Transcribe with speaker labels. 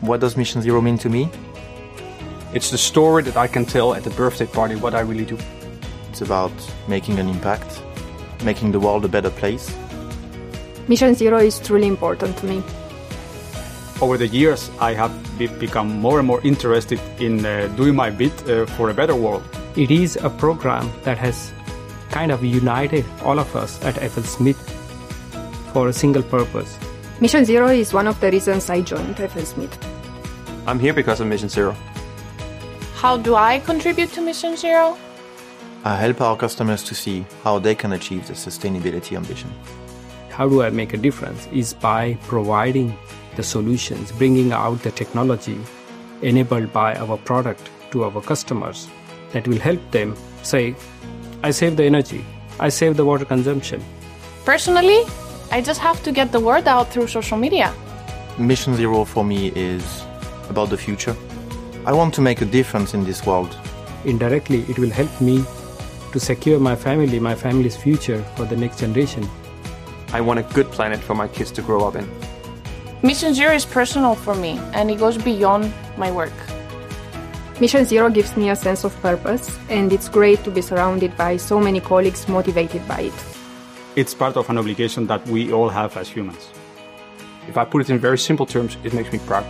Speaker 1: What does Mission Zero mean to me?
Speaker 2: It's the story that I can tell at the birthday party what I really do.
Speaker 1: It's about making an impact, making the world a better place.
Speaker 3: Mission Zero is truly important to me.
Speaker 2: Over the years, I have be- become more and more interested in uh, doing my bit uh, for a better world.
Speaker 4: It is a program that has kind of united all of us at FL Smith for a single purpose.
Speaker 3: Mission Zero is one of the reasons I joined FL Smith.
Speaker 5: I'm here because of Mission Zero.
Speaker 6: How do I contribute to Mission Zero?
Speaker 1: I help our customers to see how they can achieve their sustainability ambition.
Speaker 4: How do I make a difference? Is by providing the solutions, bringing out the technology enabled by our product to our customers that will help them say, I save the energy, I save the water consumption.
Speaker 6: Personally, I just have to get the word out through social media.
Speaker 1: Mission Zero for me is about the future. I want to make a difference in this world.
Speaker 4: Indirectly, it will help me to secure my family, my family's future for the next generation.
Speaker 5: I want a good planet for my kids to grow up in.
Speaker 6: Mission Zero is personal for me and it goes beyond my work.
Speaker 3: Mission Zero gives me a sense of purpose, and it's great to be surrounded by so many colleagues motivated by it.
Speaker 2: It's part of an obligation that we all have as humans.
Speaker 5: If I put it in very simple terms, it makes me proud.